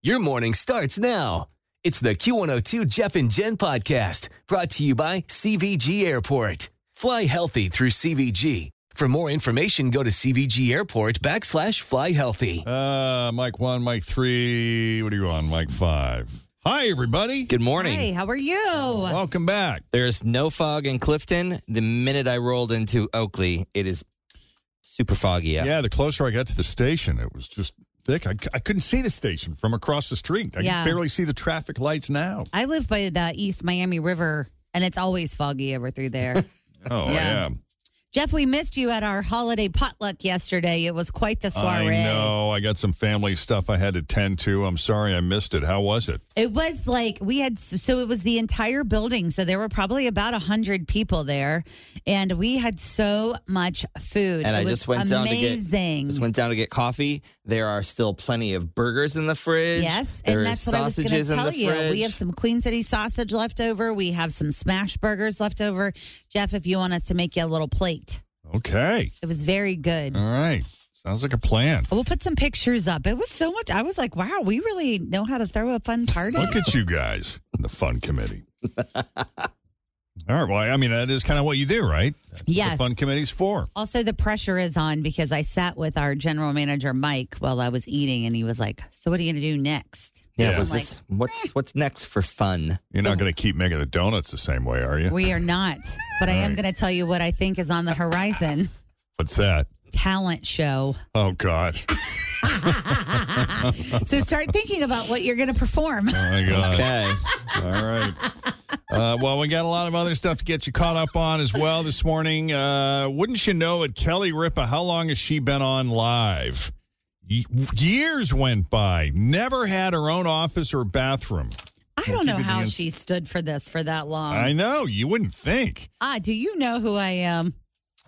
Your morning starts now. It's the Q102 Jeff and Jen podcast brought to you by CVG Airport. Fly healthy through CVG. For more information, go to CVG Airport backslash fly healthy. Uh, Mike one, Mike three. What are you on? Mike five. Hi, everybody. Good morning. Hey, how are you? Welcome back. There's no fog in Clifton. The minute I rolled into Oakley, it is super foggy out. Yeah, the closer I got to the station, it was just thick. I, c- I couldn't see the station from across the street. I Yeah. can barely see the traffic lights now. I live by the East Miami River, and it's always foggy over through there. Oh, Yeah. yeah. Jeff, we missed you at our holiday potluck yesterday. It was quite the I soiree. know. I got some family stuff I had to tend to. I'm sorry I missed it. How was it? It was like we had, so it was the entire building. So there were probably about a hundred people there, and we had so much food. And it I was just went down to get amazing. just went down to get coffee. There are still plenty of burgers in the fridge. Yes, There and is that's what I was going to sausages in tell the you. fridge. We have some Queen City sausage left over. We have some smash burgers left over. Jeff, if you want us to make you a little plate, Okay. it was very good. All right. Sounds like a plan. We'll put some pictures up. It was so much. I was like, wow, we really know how to throw a fun party. Look at you guys in the fun committee. All right. Well, I mean, that is kind of what you do, right? That's what Yes. The fun committee's for. also, the pressure is on because I sat with our general manager, Mike, while I was eating, and he was like, so what are you going to do next? yeah, Yeah. was I'm like, this what's what's next for fun? You're not going to keep making the donuts the same way, are you? We are not, but I am going to tell you what I think is on the horizon What's that? talent show. Oh, God. So start thinking about what you're going to perform. Oh, my God. Okay. All right. Uh, well, we got a lot of other stuff to get you caught up on as well this morning. Uh, wouldn't you know it, Kelly Ripa? How long has she been on live? Ye- years went by. Never had her own office or bathroom. I don't know give you the how ins- she stood for this for that long. I know you wouldn't think. ah, do you know who I am?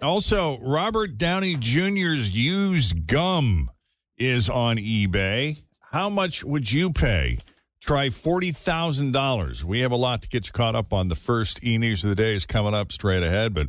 Also, Robert Downey Jr.'s used gum is on eBay. How much would you pay? Try $40,000. We have a lot to get you caught up on. The first e news of the day is coming up straight ahead, but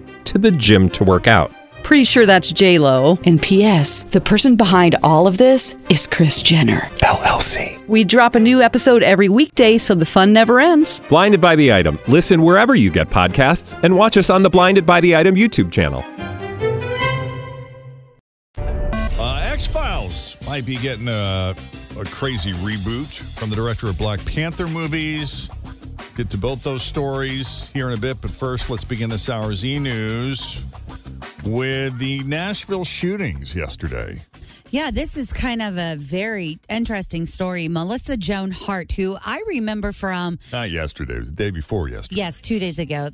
to the gym to work out. Pretty sure that's J Lo. And P.S. The person behind all of this is Chris Jenner. LLC. We drop a new episode every weekday, so the fun never ends. Blinded by the item. Listen wherever you get podcasts, and watch us on the Blinded by the Item YouTube channel. Uh, X Files might be getting a, a crazy reboot from the director of Black Panther movies. Get to both those stories here in a bit, but first, let's begin this hour's e news with the Nashville shootings yesterday. Yeah, this is kind of a very interesting story. Melissa Joan Hart, who I remember from, Not yesterday, it was the day before yesterday. yes, two days ago.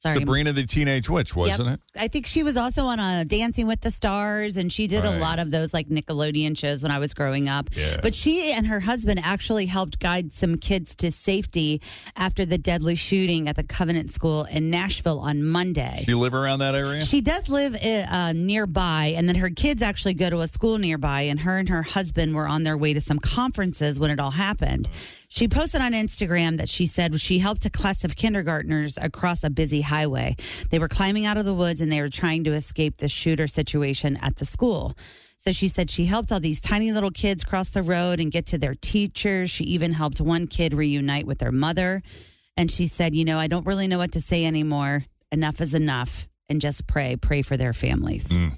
Sorry. Sabrina the Teenage Witch, wasn't Yep. it? I think she was also on a Dancing with the Stars, and she did Right. a lot of those like Nickelodeon shows when I was growing up. Yeah. But she and her husband actually helped guide some kids to safety after the deadly shooting at the Covenant School in Nashville on Monday. Do you live around that area? She does live uh, uh, nearby, and then her kids actually go to a school nearby. And her and her husband were on their way to some conferences when it all happened. She posted on Instagram that she said she helped a class of kindergartners across a busy highway. They were climbing out of the woods and they were trying to escape the shooter situation at the school. So she said she helped all these tiny little kids cross the road and get to their teachers. She even helped one kid reunite with their mother. And she said, You know, I don't really know what to say anymore. Enough is enough. And just pray, pray for their families. Mm.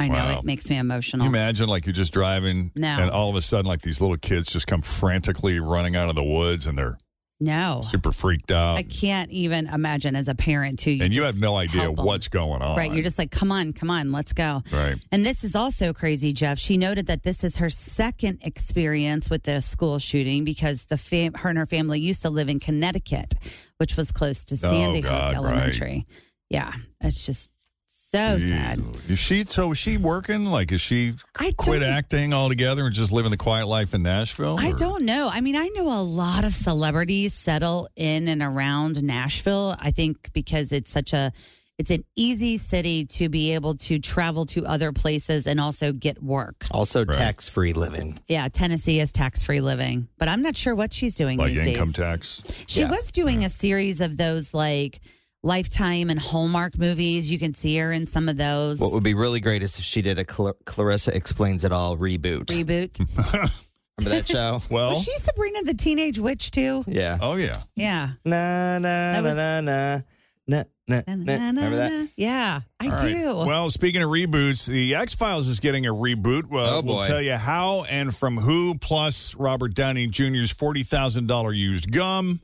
I know Wow. it makes me Can you emotional. imagine like you're just driving No. and all of a sudden like these little kids just come frantically running out of the woods and they're no, super freaked out. I can't even imagine as a parent, too. and you just have no idea help 'em. what's going on. Right. You're just like, Come on, come on, let's go. Right. And this is also crazy, Jeff. She noted that this is her second experience with the school shooting because the fam- her and her family used to live in Connecticut, which was close to Oh, Sandy God, Hook right. Elementary. Yeah, it's just so sad. Is she so is she working? Like is she I quit don't- acting altogether and just living the quiet life in Nashville? I or- don't know. I mean, I know a lot of celebrities settle in and around Nashville. I think because it's such a it's an easy city to be able to travel to other places and also get work. Also tax free living. Yeah, Tennessee is tax free living, but I'm not sure what she's doing like these income days. tax. She was doing a series of those like Lifetime and Hallmark movies. You can see her in some of those. What would be really great is if she did a Cla- Clarissa Explains It All reboot. Reboot. Remember that show? Well, Was she Sabrina the Teenage Witch too? yeah. oh yeah. Yeah. Na na That was- na na na na na. na. Remember that? Yeah, I All right. do. Well, speaking of reboots, the X Files is getting a reboot. Well, Oh, we'll boy. tell you how and from who. Plus, Robert Downey Jr.'s forty thousand dollar used gum,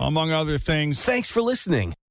among other things. Thanks for listening